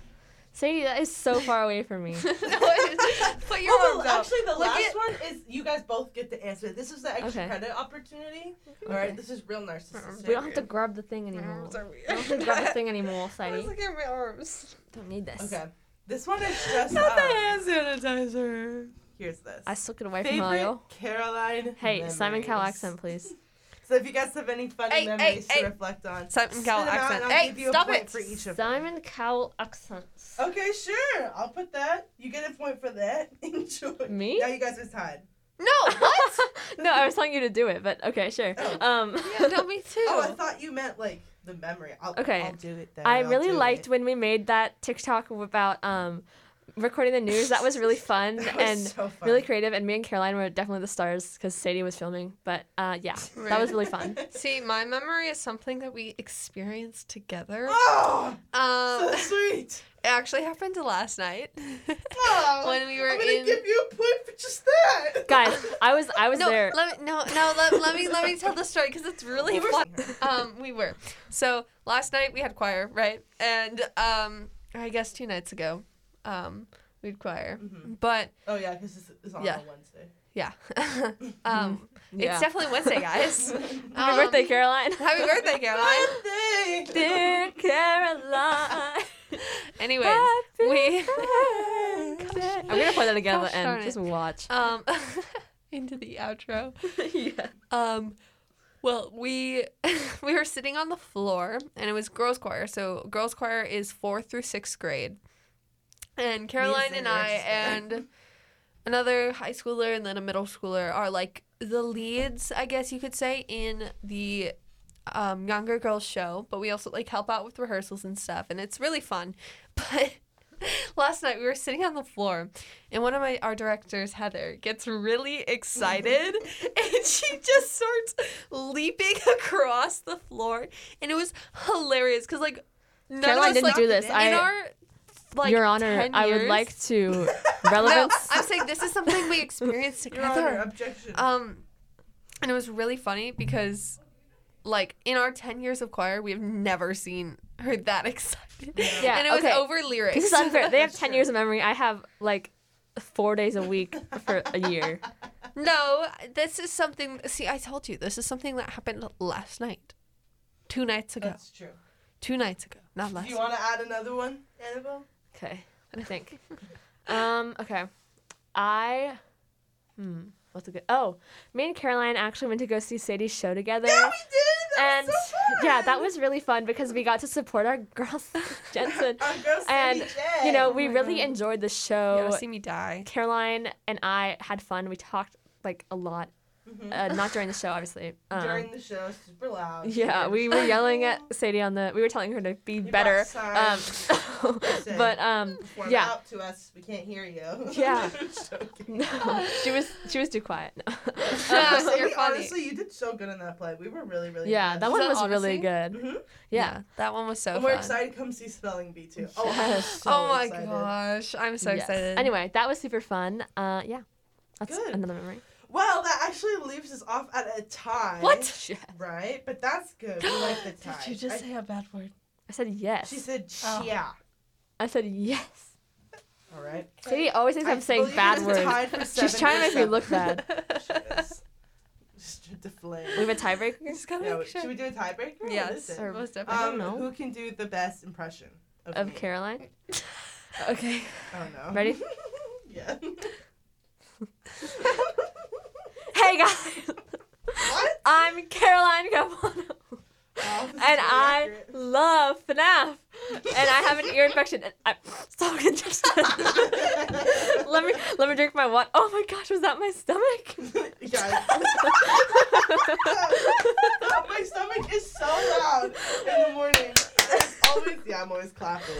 Speaker 3: Sadie, that is so far away from me.
Speaker 1: No, it is- put your
Speaker 2: Oh,
Speaker 1: arms
Speaker 2: but
Speaker 1: out.
Speaker 2: actually, the
Speaker 1: Look
Speaker 2: last
Speaker 1: at-
Speaker 2: one is you guys both get to answer. This is the extra
Speaker 3: Okay.
Speaker 2: credit opportunity. All right, this is real narcissistic.
Speaker 3: We don't have to grab the thing
Speaker 1: My
Speaker 3: anymore.
Speaker 1: arms are
Speaker 3: We don't have
Speaker 1: weird.
Speaker 3: to grab the thing anymore,
Speaker 1: I was
Speaker 3: Sadie.
Speaker 1: looking at my arms.
Speaker 3: Don't need this.
Speaker 2: Okay, this one is just. um,
Speaker 1: hand sanitizer.
Speaker 2: here's this.
Speaker 3: I took it away from
Speaker 2: Favorite
Speaker 3: Mario.
Speaker 2: Caroline.
Speaker 3: Hey, Simon Cowell
Speaker 2: memories.
Speaker 3: accent, please.
Speaker 2: So if you guys have any funny
Speaker 1: Hey, hey,
Speaker 2: memories
Speaker 1: hey.
Speaker 2: to reflect on,
Speaker 1: Simon Cowell
Speaker 2: spit 'em out
Speaker 1: accent.
Speaker 2: and I'll
Speaker 1: Hey,
Speaker 2: give you a
Speaker 1: stop
Speaker 2: point
Speaker 1: it.
Speaker 2: For each of them.
Speaker 3: Simon Cowell accents.
Speaker 2: Okay, sure. I'll put that. You get a point for that. Enjoy.
Speaker 3: Me?
Speaker 2: Now you guys are tied.
Speaker 1: No, what?
Speaker 3: no, I was telling you to do it, but okay, sure.
Speaker 2: Oh.
Speaker 3: Um,
Speaker 1: yeah, no, me too.
Speaker 2: Oh, I thought you meant like the memory. I'll,
Speaker 3: Okay.
Speaker 2: I'll do it then.
Speaker 3: I
Speaker 2: I'll
Speaker 3: really
Speaker 2: do
Speaker 3: liked
Speaker 2: it.
Speaker 3: when we made that TikTok about um, recording the news. That was really fun
Speaker 2: That was
Speaker 3: and
Speaker 2: so fun.
Speaker 3: really creative. And me and Caroline were definitely the stars because Sadie was filming. But uh, yeah, that was really fun.
Speaker 1: See, my memory is something that we experienced together.
Speaker 2: Oh,
Speaker 1: Um,
Speaker 2: so sweet.
Speaker 1: It actually happened last night.
Speaker 2: Oh,
Speaker 1: when we were
Speaker 2: I'm gonna
Speaker 1: in
Speaker 2: give you a point for just that.
Speaker 3: Guys, I was I was
Speaker 1: no,
Speaker 3: there.
Speaker 1: let me no no let, let me let me tell the story because it's really
Speaker 2: Well,
Speaker 1: fun.
Speaker 2: we're-
Speaker 1: Um, we were so last night we had choir right, and um, I guess two nights ago, um, lead choir.
Speaker 2: hmm
Speaker 1: But
Speaker 2: Oh yeah, because it's, it's on
Speaker 1: Yeah.
Speaker 2: a Wednesday.
Speaker 1: yeah, um,
Speaker 4: Yeah.
Speaker 1: it's definitely Wednesday, guys.
Speaker 3: Happy
Speaker 1: Um,
Speaker 3: birthday, Caroline.
Speaker 1: Happy birthday, Caroline.
Speaker 2: Wednesday.
Speaker 3: Dear Caroline.
Speaker 1: Anyways,
Speaker 3: Happy
Speaker 1: we
Speaker 3: I'm going to play that again at
Speaker 1: Gosh
Speaker 3: the
Speaker 1: darn
Speaker 3: end.
Speaker 1: it.
Speaker 3: Just watch.
Speaker 1: um into the outro.
Speaker 3: yeah.
Speaker 1: Um, well, we we were sitting on the floor, and it was girls' choir. So girls' choir is fourth through sixth grade, and Caroline
Speaker 2: Zendaya
Speaker 1: and I
Speaker 2: just said.
Speaker 1: and another high schooler and then a middle schooler are like the leads, I guess you could say, in the um, younger girls show. But we also like help out with rehearsals and stuff, and it's really fun. But last night we were sitting on the floor and one of my our directors heather gets really excited and she just starts leaping across the floor and it was hilarious because like none
Speaker 3: Caroline
Speaker 1: of us,
Speaker 3: didn't
Speaker 1: like,
Speaker 3: do this.
Speaker 1: in
Speaker 3: I-
Speaker 1: our like
Speaker 3: Your Honor,
Speaker 1: 10
Speaker 3: I would
Speaker 1: years-
Speaker 3: like to.
Speaker 1: no,
Speaker 3: Relevance.
Speaker 1: i'm saying this is something we experienced
Speaker 2: Your Honor,
Speaker 1: together
Speaker 2: objection.
Speaker 1: um and it was really funny because like in our 10 years of choir we have never seen her that excited
Speaker 3: Yeah,
Speaker 1: and it was
Speaker 3: okay.
Speaker 1: over lyrics
Speaker 3: This is unfair. They have
Speaker 2: That's
Speaker 3: 10
Speaker 2: true.
Speaker 3: years of memory. I have like four days a week for a year.
Speaker 1: No, this is something. See, I told you this is something that happened last night, two nights ago,
Speaker 2: That's true.
Speaker 1: two nights ago, not
Speaker 2: Do
Speaker 1: last.
Speaker 2: you want to add another one, Annabelle?
Speaker 3: Okay. I think. Um, okay. I. Hmm. What's a good. Oh, me and Caroline actually went to go see Sadie's show together.
Speaker 2: Yeah, we did. That
Speaker 3: and
Speaker 2: was so fun.
Speaker 3: yeah, that was really fun because we got to support our girl Jensen.
Speaker 2: Our girl
Speaker 3: and,
Speaker 2: Sadie
Speaker 3: You
Speaker 2: J.
Speaker 3: know,
Speaker 1: Oh
Speaker 3: we
Speaker 1: my
Speaker 3: really
Speaker 1: God.
Speaker 3: enjoyed the
Speaker 1: night. You
Speaker 3: show.
Speaker 1: wanna see me die?
Speaker 3: Caroline and I had fun. We talked like a lot,
Speaker 1: Mm-hmm.
Speaker 2: Mhm.
Speaker 3: uh, not during the show, obviously. Um,
Speaker 2: during the show, super loud.
Speaker 3: yeah, we were yelling at Sadie on the. We were telling her to be
Speaker 2: brought
Speaker 3: better. Um,
Speaker 2: signs.
Speaker 3: but um,
Speaker 2: Perform
Speaker 3: yeah.
Speaker 2: out to us. We can't hear you.
Speaker 3: Yeah.
Speaker 2: Just joking.
Speaker 3: no, she was she was too quiet. No.
Speaker 1: Yeah,
Speaker 2: Honestly-
Speaker 1: you're funny.
Speaker 2: Honestly, you did so good in that play. We were really, really.
Speaker 3: yeah, that
Speaker 1: Was
Speaker 3: one
Speaker 1: that
Speaker 3: was really
Speaker 1: Odyssey?
Speaker 3: good.
Speaker 2: Mm-hmm.
Speaker 3: Yeah,
Speaker 1: that one was so
Speaker 2: And
Speaker 1: fun.
Speaker 2: we're excited. to Come see spelling bee too. Oh, I'm
Speaker 3: Yes.
Speaker 2: so
Speaker 1: Oh my
Speaker 2: excited.
Speaker 1: gosh, I'm so
Speaker 3: yes.
Speaker 1: excited.
Speaker 3: Anyway, that was super fun. Uh, yeah, that's
Speaker 2: Good.
Speaker 3: another memory.
Speaker 2: Well, that actually leaves us off at a tie.
Speaker 3: Shit.
Speaker 2: Right, but that's good. We like the tie. I-
Speaker 1: say a bad word?
Speaker 3: I said yes.
Speaker 2: She said,
Speaker 1: Oh.
Speaker 2: "Yeah."
Speaker 3: I said yes.
Speaker 2: All right.
Speaker 3: Sadie always thinks
Speaker 2: I
Speaker 3: I'm saying
Speaker 2: believe it
Speaker 3: bad
Speaker 2: is
Speaker 3: words.
Speaker 2: tied for
Speaker 3: She's
Speaker 2: seven
Speaker 3: trying to make me
Speaker 2: percent.
Speaker 3: look bad.
Speaker 2: Yes. Just deflate.
Speaker 3: We have a tiebreaker.
Speaker 1: You just gotta
Speaker 2: Yeah,
Speaker 1: make
Speaker 2: wait, should
Speaker 1: sure.
Speaker 2: we do a tiebreaker? What is
Speaker 1: Yes,
Speaker 2: it?
Speaker 3: Or-
Speaker 1: most
Speaker 3: I
Speaker 1: definitely.
Speaker 3: don't
Speaker 2: Um,
Speaker 3: know.
Speaker 2: who can do the best impression of,
Speaker 3: of
Speaker 2: me?
Speaker 3: Caroline. okay.
Speaker 2: Oh no.
Speaker 3: Ready?
Speaker 2: yeah.
Speaker 3: Hey guys,
Speaker 2: what?
Speaker 3: I'm Caroline Capone,
Speaker 2: Oh, this is
Speaker 3: and I
Speaker 2: inaccurate.
Speaker 3: love FNAF, and I have an ear infection, and I'm so congested. let me let me drink my water. Oh my gosh, was that my stomach?
Speaker 2: yeah. I- my stomach is so loud in the morning. It's always yeah, I'm always clapping.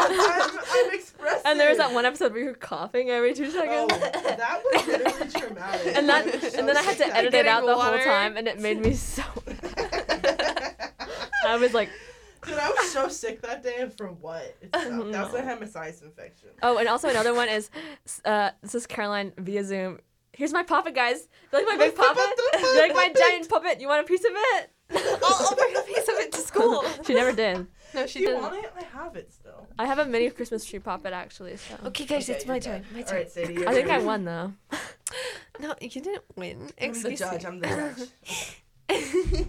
Speaker 2: I'm, I'm expressing.
Speaker 3: and there was that one episode where you were coughing every two
Speaker 2: Oh,
Speaker 3: seconds.
Speaker 2: that was literally traumatic.
Speaker 3: And that,
Speaker 2: I was so
Speaker 3: and then I had to
Speaker 2: sick
Speaker 3: edit
Speaker 2: that
Speaker 3: it out the
Speaker 1: Getting
Speaker 3: whole time, and it made me so. I was like,
Speaker 2: Dude, I was so sick that day, and for what? It's not, That's when I had my sinus infection.
Speaker 3: oh, and also another one is, uh, this is Caroline via Zoom. Here's my puppet, guys. Do you like my big puppet? Do you like my giant puppet? You want a piece of it?
Speaker 1: I'll, I'll bring a piece of it to school.
Speaker 3: she never did.
Speaker 1: No,
Speaker 2: Do
Speaker 1: she
Speaker 2: you
Speaker 1: didn't.
Speaker 2: want it? I have it still.
Speaker 3: I have a mini Christmas tree puppet actually. So.
Speaker 1: Okay, guys,
Speaker 2: Okay,
Speaker 1: it's
Speaker 2: you're
Speaker 1: my
Speaker 2: done.
Speaker 1: turn. My
Speaker 2: All
Speaker 1: turn.
Speaker 2: right, Sadie. your
Speaker 3: I think I
Speaker 2: turn.
Speaker 3: won though.
Speaker 1: No, you didn't win.
Speaker 2: I'm the
Speaker 1: Excuse
Speaker 2: judge.
Speaker 1: me.
Speaker 2: I'm the judge.
Speaker 3: Oh,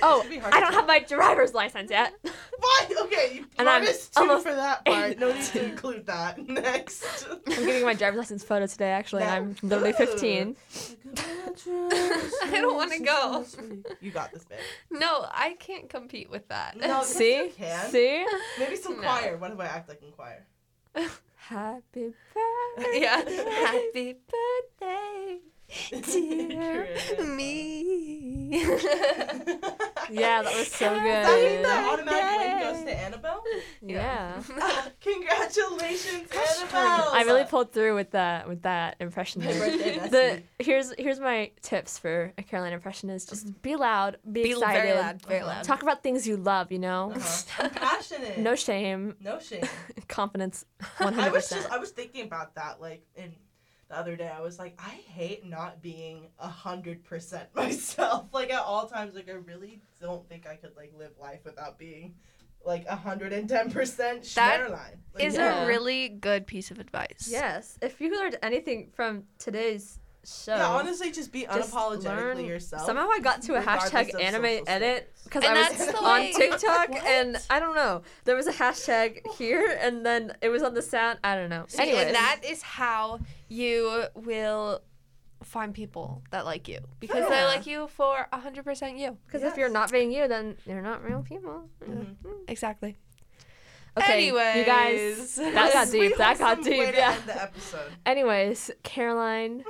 Speaker 2: Should be hard
Speaker 3: I
Speaker 2: to
Speaker 3: don't
Speaker 2: tell.
Speaker 3: have my driver's license yet.
Speaker 2: Why? Okay, you
Speaker 3: And
Speaker 2: brought
Speaker 3: I'm
Speaker 2: us two
Speaker 3: almost
Speaker 2: for that part. No need to
Speaker 3: eighteen.
Speaker 2: include that. Next.
Speaker 3: I'm getting my driver's license photo today actually, and I'm literally 15.
Speaker 1: I don't wanna go.
Speaker 2: You got this, babe.
Speaker 1: No, I can't compete with that.
Speaker 2: No, yes,
Speaker 3: See?
Speaker 2: you can.
Speaker 3: See?
Speaker 2: Maybe some
Speaker 1: No.
Speaker 2: choir. What do I act like in choir?
Speaker 3: Happy birthday.
Speaker 1: yeah. Happy birthday. Dear
Speaker 2: Great.
Speaker 1: me.
Speaker 3: Yeah, that was so
Speaker 2: Does that mean
Speaker 3: good.
Speaker 2: the automatic win goes to Annabelle?
Speaker 3: Yeah.
Speaker 2: Congratulations, Annabelle!
Speaker 3: I really pulled through with that with that impression.
Speaker 2: Happy
Speaker 3: There.
Speaker 2: birthday,
Speaker 3: The
Speaker 2: Nessie.
Speaker 3: here's here's my tips for a Caroline impression is
Speaker 2: Mm-hmm.
Speaker 3: just be loud, be,
Speaker 1: Be
Speaker 3: excited,
Speaker 1: very loud, very
Speaker 2: Uh-huh.
Speaker 1: loud.
Speaker 3: talk about things you love, you know,
Speaker 2: Uh-huh. I'm passionate.
Speaker 3: no shame,
Speaker 2: no shame.
Speaker 3: confidence,
Speaker 2: I was
Speaker 3: 100%.
Speaker 2: just I was thinking about that like in the other day. I was like, I hate not being a hundred percent myself. Like at all times, like I really don't think I could like live life without being like 110% Schneiderlein. Like,
Speaker 1: Is
Speaker 5: Yeah.
Speaker 1: a really good piece of advice.
Speaker 3: Yes. If you learned anything from today's show,
Speaker 2: yeah, honestly, just be
Speaker 3: just learn-
Speaker 2: unapologetically yourself.
Speaker 3: somehow I got to a
Speaker 2: regardless
Speaker 3: hashtag
Speaker 2: of
Speaker 3: anime
Speaker 2: social
Speaker 3: edit
Speaker 2: status.
Speaker 3: because
Speaker 1: And
Speaker 3: I was
Speaker 1: that's the,
Speaker 3: on
Speaker 1: like-
Speaker 3: TikTok
Speaker 1: What?
Speaker 3: and I don't know. There was a hashtag here and then it was on the sound. I don't know.
Speaker 1: See,
Speaker 3: Anyway,
Speaker 1: and that is how you will find people that like you because they
Speaker 3: Yeah.
Speaker 1: like you for 100% you.
Speaker 3: because if
Speaker 2: Yes.
Speaker 3: you're not being you, then you're not real people.
Speaker 1: Mm-hmm.
Speaker 2: Mm-hmm.
Speaker 1: Exactly.
Speaker 3: Okay,
Speaker 1: Anyways.
Speaker 3: you guys, that got
Speaker 2: Sweet
Speaker 3: deep. That got
Speaker 2: wholesome way
Speaker 3: deep.
Speaker 2: to
Speaker 3: Yeah.
Speaker 2: end the episode.
Speaker 3: Anyways, Caroline,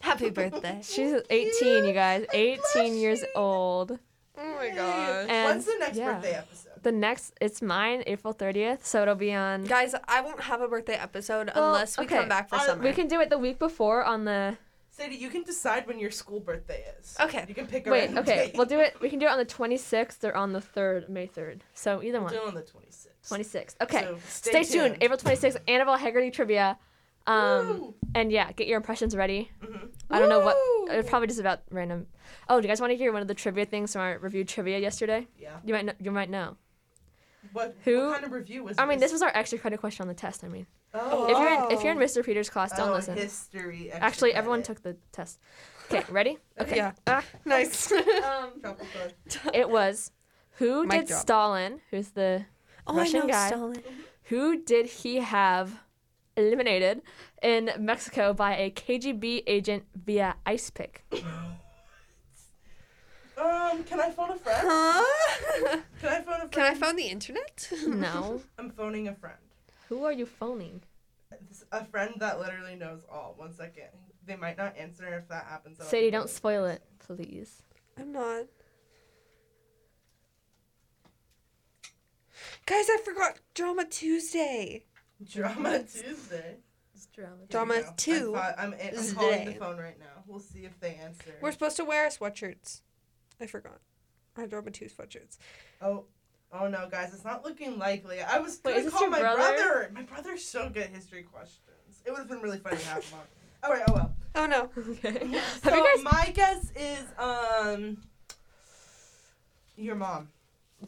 Speaker 1: Happy birthday.
Speaker 3: she's 18. You guys, 18 years old.
Speaker 1: oh
Speaker 2: Hey, When's the next
Speaker 3: yeah.
Speaker 2: birthday episode?
Speaker 3: The next, it's mine, April 30th, so it'll be on.
Speaker 1: Guys, I won't have a birthday episode
Speaker 3: Well,
Speaker 1: unless we
Speaker 3: okay.
Speaker 1: come back for
Speaker 2: Uh,
Speaker 1: summer.
Speaker 3: We can do it the week before on the.
Speaker 2: Sadie, you can decide when your school birthday is.
Speaker 1: Okay.
Speaker 2: You can pick a
Speaker 3: Wait,
Speaker 2: random
Speaker 3: okay,
Speaker 2: date.
Speaker 3: we'll do it. We can do it on the 26th or on the 3rd, May 3rd. So either
Speaker 2: We'll
Speaker 3: one.
Speaker 2: do it on the 26th.
Speaker 3: 26th. Okay.
Speaker 2: So
Speaker 3: stay, tuned. April 26th, Annabelle Hegarty trivia. Um,
Speaker 2: Woo!
Speaker 3: and yeah, get your impressions ready.
Speaker 2: Mhm.
Speaker 3: I don't know what.
Speaker 1: Woo!
Speaker 3: It's probably just about random. Oh, do you guys want to hear one of the trivia things from our review trivia yesterday?
Speaker 2: Yeah.
Speaker 3: You might know, you might know.
Speaker 2: What,
Speaker 3: Who-
Speaker 2: what kind of review was
Speaker 3: I mean, this was our extra credit question on the test. I mean,
Speaker 2: Oh.
Speaker 3: if you're in, if you're in Mr. Peter's class, don't
Speaker 2: Oh,
Speaker 3: listen.
Speaker 2: History. extra
Speaker 3: Actually, everyone took
Speaker 2: credit.
Speaker 3: the test. Okay, ready? Okay.
Speaker 1: Yeah.
Speaker 3: Ah,
Speaker 1: Nice. Oh,
Speaker 3: um,
Speaker 2: Trouble code.
Speaker 3: it was who
Speaker 1: Mic
Speaker 3: did
Speaker 1: drop.
Speaker 3: Stalin, who's the
Speaker 1: oh,
Speaker 3: Russian guy.
Speaker 1: Stalin.
Speaker 3: who did he have eliminated in Mexico by a KGB agent via ice pick?
Speaker 2: Um, can I phone a friend?
Speaker 1: Huh?
Speaker 2: Can I phone a friend?
Speaker 1: Can I phone the internet?
Speaker 3: No.
Speaker 2: I'm phoning a friend.
Speaker 3: who are you phoning?
Speaker 2: It's a friend that literally knows all. One second. They might not answer if that happens. I'll
Speaker 3: Sadie,
Speaker 2: be
Speaker 3: don't
Speaker 2: really
Speaker 3: spoil it,
Speaker 2: embarrassed.
Speaker 3: please.
Speaker 1: I'm not. Guys, I forgot Drama Tuesday.
Speaker 2: Drama Tuesday. Here
Speaker 1: Drama
Speaker 2: we go. I'm
Speaker 1: two.
Speaker 2: ca- I'm, a- I'm calling the
Speaker 1: Tuesday.
Speaker 2: phone right now. We'll see if they answer.
Speaker 1: We're supposed to wear sweatshirts. I forgot. Our Drama Two sweatshirts.
Speaker 2: Oh, oh no, guys, it's not looking likely. I was
Speaker 3: Wait,
Speaker 2: gonna
Speaker 3: is this
Speaker 2: call
Speaker 3: your
Speaker 2: my
Speaker 3: brother?
Speaker 2: brother? My brother's so good at history questions. It would have been really funny to have him on. All right, oh well.
Speaker 1: Oh no.
Speaker 3: Okay. Have
Speaker 2: So
Speaker 3: you guys?
Speaker 2: my guess is um your mom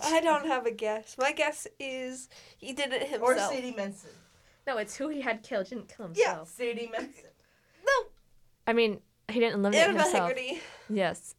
Speaker 1: I don't have a guess. My guess is he did it
Speaker 2: or
Speaker 1: himself.
Speaker 2: Sadie Manson.
Speaker 3: No, it's who he had killed. He didn't kill
Speaker 1: Yeah.
Speaker 3: himself.
Speaker 2: Sadie Manson.
Speaker 1: no,
Speaker 3: I mean, he didn't eliminate
Speaker 1: Annabelle
Speaker 3: himself.
Speaker 1: Haggerty.
Speaker 3: Yes.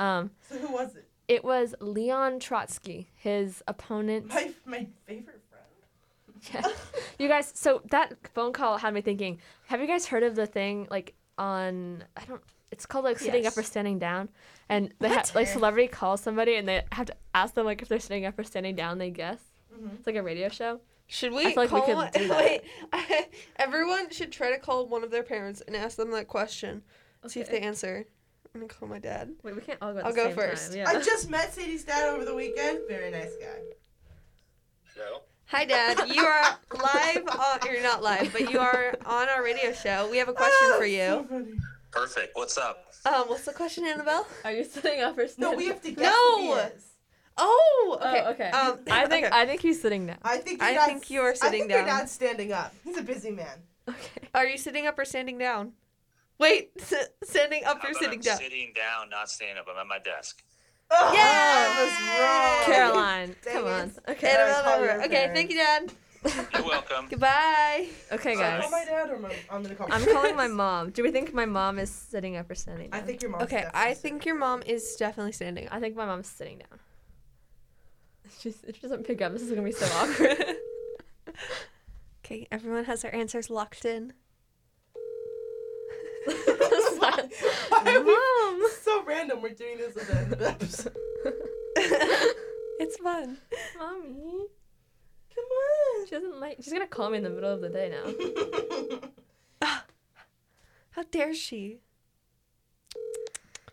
Speaker 3: Um,
Speaker 2: So who was it?
Speaker 3: it was Leon Trotsky, his opponent.
Speaker 2: My my favorite friend.
Speaker 3: Yeah. you guys, so that phone call had me thinking. Have you guys heard of the thing like on I don't it's called like sitting up
Speaker 1: Yes.
Speaker 3: or standing down and they ha- like celebrity calls somebody and they have to ask them like if they're sitting up or standing down, they guess.
Speaker 1: Mm-hmm.
Speaker 2: Mhm.
Speaker 3: It's like a radio show.
Speaker 1: Should we
Speaker 3: I feel like we
Speaker 1: call?
Speaker 3: could do that.
Speaker 1: wait, everyone should try to call one of their parents and ask them that question. See if they answer. I'm gonna call my dad.
Speaker 3: Wait, we can't all go at
Speaker 1: I'll
Speaker 3: the
Speaker 1: go
Speaker 3: same
Speaker 1: first.
Speaker 3: time,
Speaker 2: I
Speaker 3: Yeah.
Speaker 2: just met Sadie's dad over the weekend. Very nice guy.
Speaker 6: Hello?
Speaker 1: Hi, Dad. You are live. On, you're not live, but you are on our radio show. We have a question
Speaker 2: Ah,
Speaker 1: for
Speaker 2: so
Speaker 1: you.
Speaker 2: funny.
Speaker 6: Perfect. What's up?
Speaker 1: Um, what's the question, Annabelle?
Speaker 3: Are you sitting up or standing
Speaker 2: No, we have to guess.
Speaker 1: No!
Speaker 2: who he is.
Speaker 1: Oh,
Speaker 3: Oh,
Speaker 1: okay.
Speaker 3: okay.
Speaker 1: Um,
Speaker 3: I think
Speaker 1: okay.
Speaker 3: I think he's sitting down.
Speaker 2: I think.
Speaker 1: I
Speaker 2: your dad's-
Speaker 1: think you are sitting
Speaker 2: I think your
Speaker 1: down.
Speaker 2: dad's standing up. He's a busy man.
Speaker 3: Okay.
Speaker 1: are you sitting up or standing down? Wait, s- standing up
Speaker 6: How
Speaker 1: or
Speaker 6: about
Speaker 1: sitting
Speaker 6: I'm
Speaker 1: down?
Speaker 6: Sitting down, not standing up. I'm at my desk.
Speaker 2: Oh,
Speaker 1: Yes!
Speaker 2: I was wrong.
Speaker 3: Caroline,
Speaker 2: Dang
Speaker 3: come
Speaker 2: it.
Speaker 3: on. Okay.
Speaker 2: Dad,
Speaker 1: Annabelle,
Speaker 2: call your
Speaker 1: Annabelle. Okay,
Speaker 2: parents.
Speaker 1: thank you, Dad.
Speaker 6: You're welcome.
Speaker 1: Goodbye.
Speaker 3: Okay,
Speaker 2: Should I
Speaker 3: guys.
Speaker 2: call my dad or my, I'm gonna call.
Speaker 3: I'm
Speaker 2: my
Speaker 3: calling my
Speaker 2: parents?
Speaker 3: mom. Do we think my mom is sitting up or standing
Speaker 2: I
Speaker 3: down?
Speaker 2: think your mom.
Speaker 1: Okay, I think your mom is definitely standing up.
Speaker 3: I think my mom's sitting down. She's, if she doesn't pick up, this is gonna be so awkward.
Speaker 1: Okay, everyone has their answers locked in.
Speaker 3: Mom.
Speaker 2: Why are we so random? We're doing this at the end of the episode.
Speaker 1: It's fun.
Speaker 3: Mommy.
Speaker 2: Come on.
Speaker 3: She doesn't like. She's gonna call me in the middle of the day now.
Speaker 1: How dare she?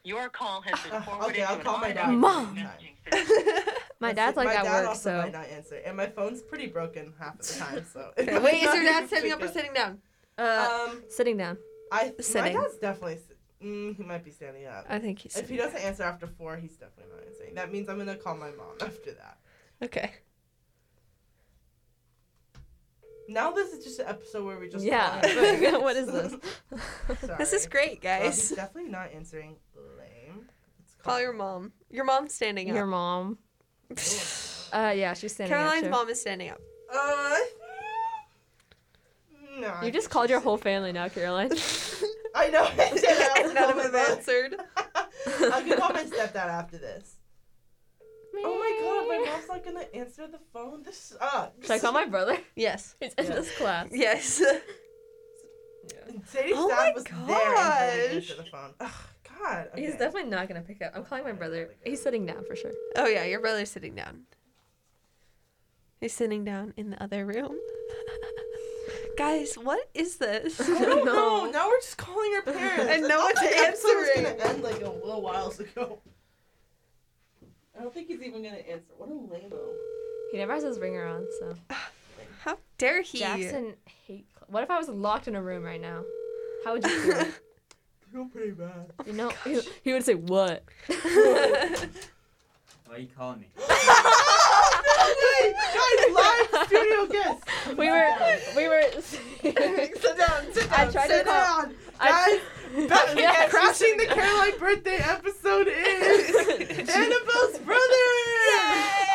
Speaker 7: Your call has been
Speaker 2: Uh,
Speaker 7: forwarded
Speaker 2: okay, I'll
Speaker 7: to
Speaker 2: call
Speaker 7: an
Speaker 2: my dad.
Speaker 7: automated
Speaker 3: Mom.
Speaker 7: messaging system.
Speaker 3: My
Speaker 2: That's
Speaker 3: dad's
Speaker 2: it.
Speaker 3: like
Speaker 2: my
Speaker 3: at
Speaker 2: dad
Speaker 3: work,
Speaker 2: also
Speaker 3: so
Speaker 2: might not answer, and my phone's pretty broken half of the time. So it might
Speaker 1: Wait, is
Speaker 2: not
Speaker 1: your
Speaker 2: even
Speaker 1: dad standing up
Speaker 2: pick
Speaker 1: or sitting down?
Speaker 3: uh,
Speaker 2: Um,
Speaker 3: sitting down.
Speaker 2: I
Speaker 1: sitting?
Speaker 2: my dad's definitely. sit- Mm, he might be standing up.
Speaker 1: I think he's.
Speaker 2: If he doesn't answer after four, he's definitely not answering. That means I'm gonna call my mom after that.
Speaker 1: Okay.
Speaker 2: Now this is just an episode where we just
Speaker 3: Yeah.
Speaker 2: call our parents.
Speaker 3: what is this?
Speaker 2: Sorry.
Speaker 1: This is great,
Speaker 2: Well, he's
Speaker 1: guys.
Speaker 2: definitely not answering. Lame. Let's
Speaker 1: Call your mom. Your mom's standing
Speaker 3: Your
Speaker 1: up.
Speaker 3: mom.
Speaker 2: mom.
Speaker 3: Uh, yeah, she's standing
Speaker 1: Caroline's
Speaker 3: up. sure.
Speaker 1: mom is standing up.
Speaker 2: Uh, no. I
Speaker 3: You just
Speaker 2: think
Speaker 3: called your
Speaker 2: she's-
Speaker 3: whole family now, Caroline.
Speaker 2: I know. I did. I was
Speaker 1: None of
Speaker 2: calling
Speaker 1: them
Speaker 2: my-
Speaker 1: answered.
Speaker 2: I can call my stepdad after this. Oh my god, my mom's not gonna answer the phone. This sucks.
Speaker 3: Should I call my brother?
Speaker 1: Yes.
Speaker 3: He's in
Speaker 2: Yeah.
Speaker 3: this class.
Speaker 1: Yes.
Speaker 2: Sadie's
Speaker 1: Oh my
Speaker 2: dad was there and didn't
Speaker 1: gosh.
Speaker 2: answer the phone. Ugh, God. Okay.
Speaker 3: He's definitely not gonna pick up. I'm calling my brother.
Speaker 2: uh,
Speaker 3: He's sitting down for sure.
Speaker 1: Oh yeah, your brother's sitting down. He's sitting down in the other room. Guys, what is this?
Speaker 2: I don't
Speaker 3: No.
Speaker 2: know. Now we're just calling our parents.
Speaker 1: And
Speaker 2: I
Speaker 1: no
Speaker 2: thought
Speaker 1: one's
Speaker 2: the episode was
Speaker 1: answering.
Speaker 2: gonna end like a little while ago. I don't think he's even gonna answer. What a lame-o.
Speaker 3: He never has his ringer on, so.
Speaker 1: How dare he?
Speaker 3: Jackson hate. Cl- what if I was locked in a room right now? How would you feel?
Speaker 2: Feel pretty bad.
Speaker 3: you know, he, he would say what?
Speaker 8: Why are you calling me?
Speaker 2: Guys, live studio guests.
Speaker 3: We were, we were.
Speaker 2: sit down, sit down.
Speaker 3: I tried to
Speaker 2: sit
Speaker 3: call-
Speaker 2: down.
Speaker 3: I-
Speaker 2: Guys, Beth,
Speaker 3: Yeah,
Speaker 2: crashing the Caroline birthday episode is Annabelle's brother.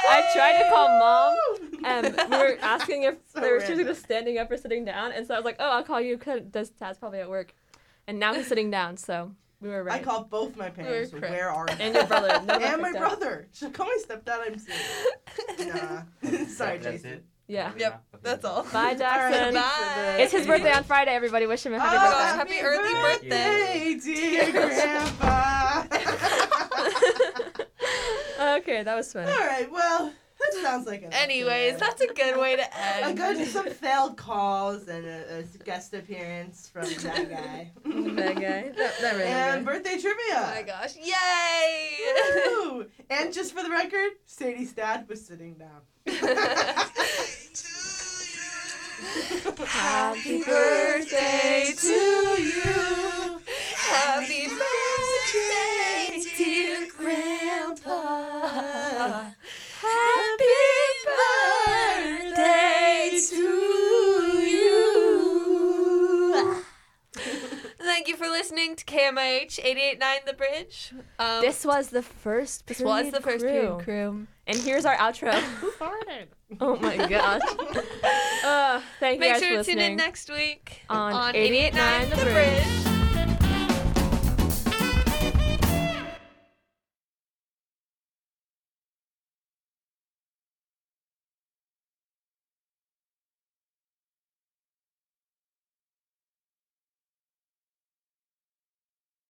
Speaker 3: I tried to call mom. Um, we were asking if
Speaker 2: So
Speaker 3: they were she was
Speaker 2: random.
Speaker 3: either standing up or sitting down, and so I was like, "Oh, I'll call you." Cause that's Tad's probably at work, and now he's sitting down, so we were
Speaker 2: I
Speaker 3: right.
Speaker 2: called both my parents.
Speaker 1: We're
Speaker 2: Where are they?
Speaker 3: and your brother, no one
Speaker 2: and my
Speaker 3: picked up.
Speaker 2: brother. Should call my stepdad. I'm serious. Nah. Sorry,
Speaker 8: That's
Speaker 2: Jason.
Speaker 8: it?
Speaker 3: Yeah.
Speaker 8: Okay,
Speaker 1: Yep,
Speaker 8: nah. Okay,
Speaker 1: that's
Speaker 8: nah.
Speaker 1: all.
Speaker 3: Bye, Jackson.
Speaker 1: Bye.
Speaker 3: It's his birthday on Friday. Everybody, wish him a happy
Speaker 2: Oh,
Speaker 3: birthday.
Speaker 1: Happy early
Speaker 8: birthday.
Speaker 2: birthday, dear grandpa.
Speaker 3: Okay, that was fun.
Speaker 2: All right. Well, that sounds like an
Speaker 1: Anyways,
Speaker 2: that's
Speaker 1: that's a good way to
Speaker 2: I
Speaker 1: end.
Speaker 2: got some failed calls and a, a guest appearance from that guy.
Speaker 3: That guy. That, that really
Speaker 2: and
Speaker 3: good.
Speaker 2: birthday trivia.
Speaker 1: Oh my gosh. Yay!
Speaker 2: Woo! and just for the record, Sadie's dad was sitting down.
Speaker 1: Happy birthday to you. Happy birthday, dear Grandpa. Happy birthday to you. Thank you for listening to KMH 88.9 The Bridge. Um,
Speaker 3: This was the first.
Speaker 1: this was the first period crew.
Speaker 3: And here's our outro. Who farted? Oh my gosh. uh, thank you
Speaker 1: Make
Speaker 3: guys
Speaker 1: sure
Speaker 3: for
Speaker 1: to tune in
Speaker 3: listening.
Speaker 1: next week
Speaker 3: On
Speaker 1: on 88.9
Speaker 3: 88.9
Speaker 1: The
Speaker 3: The
Speaker 1: Bridge.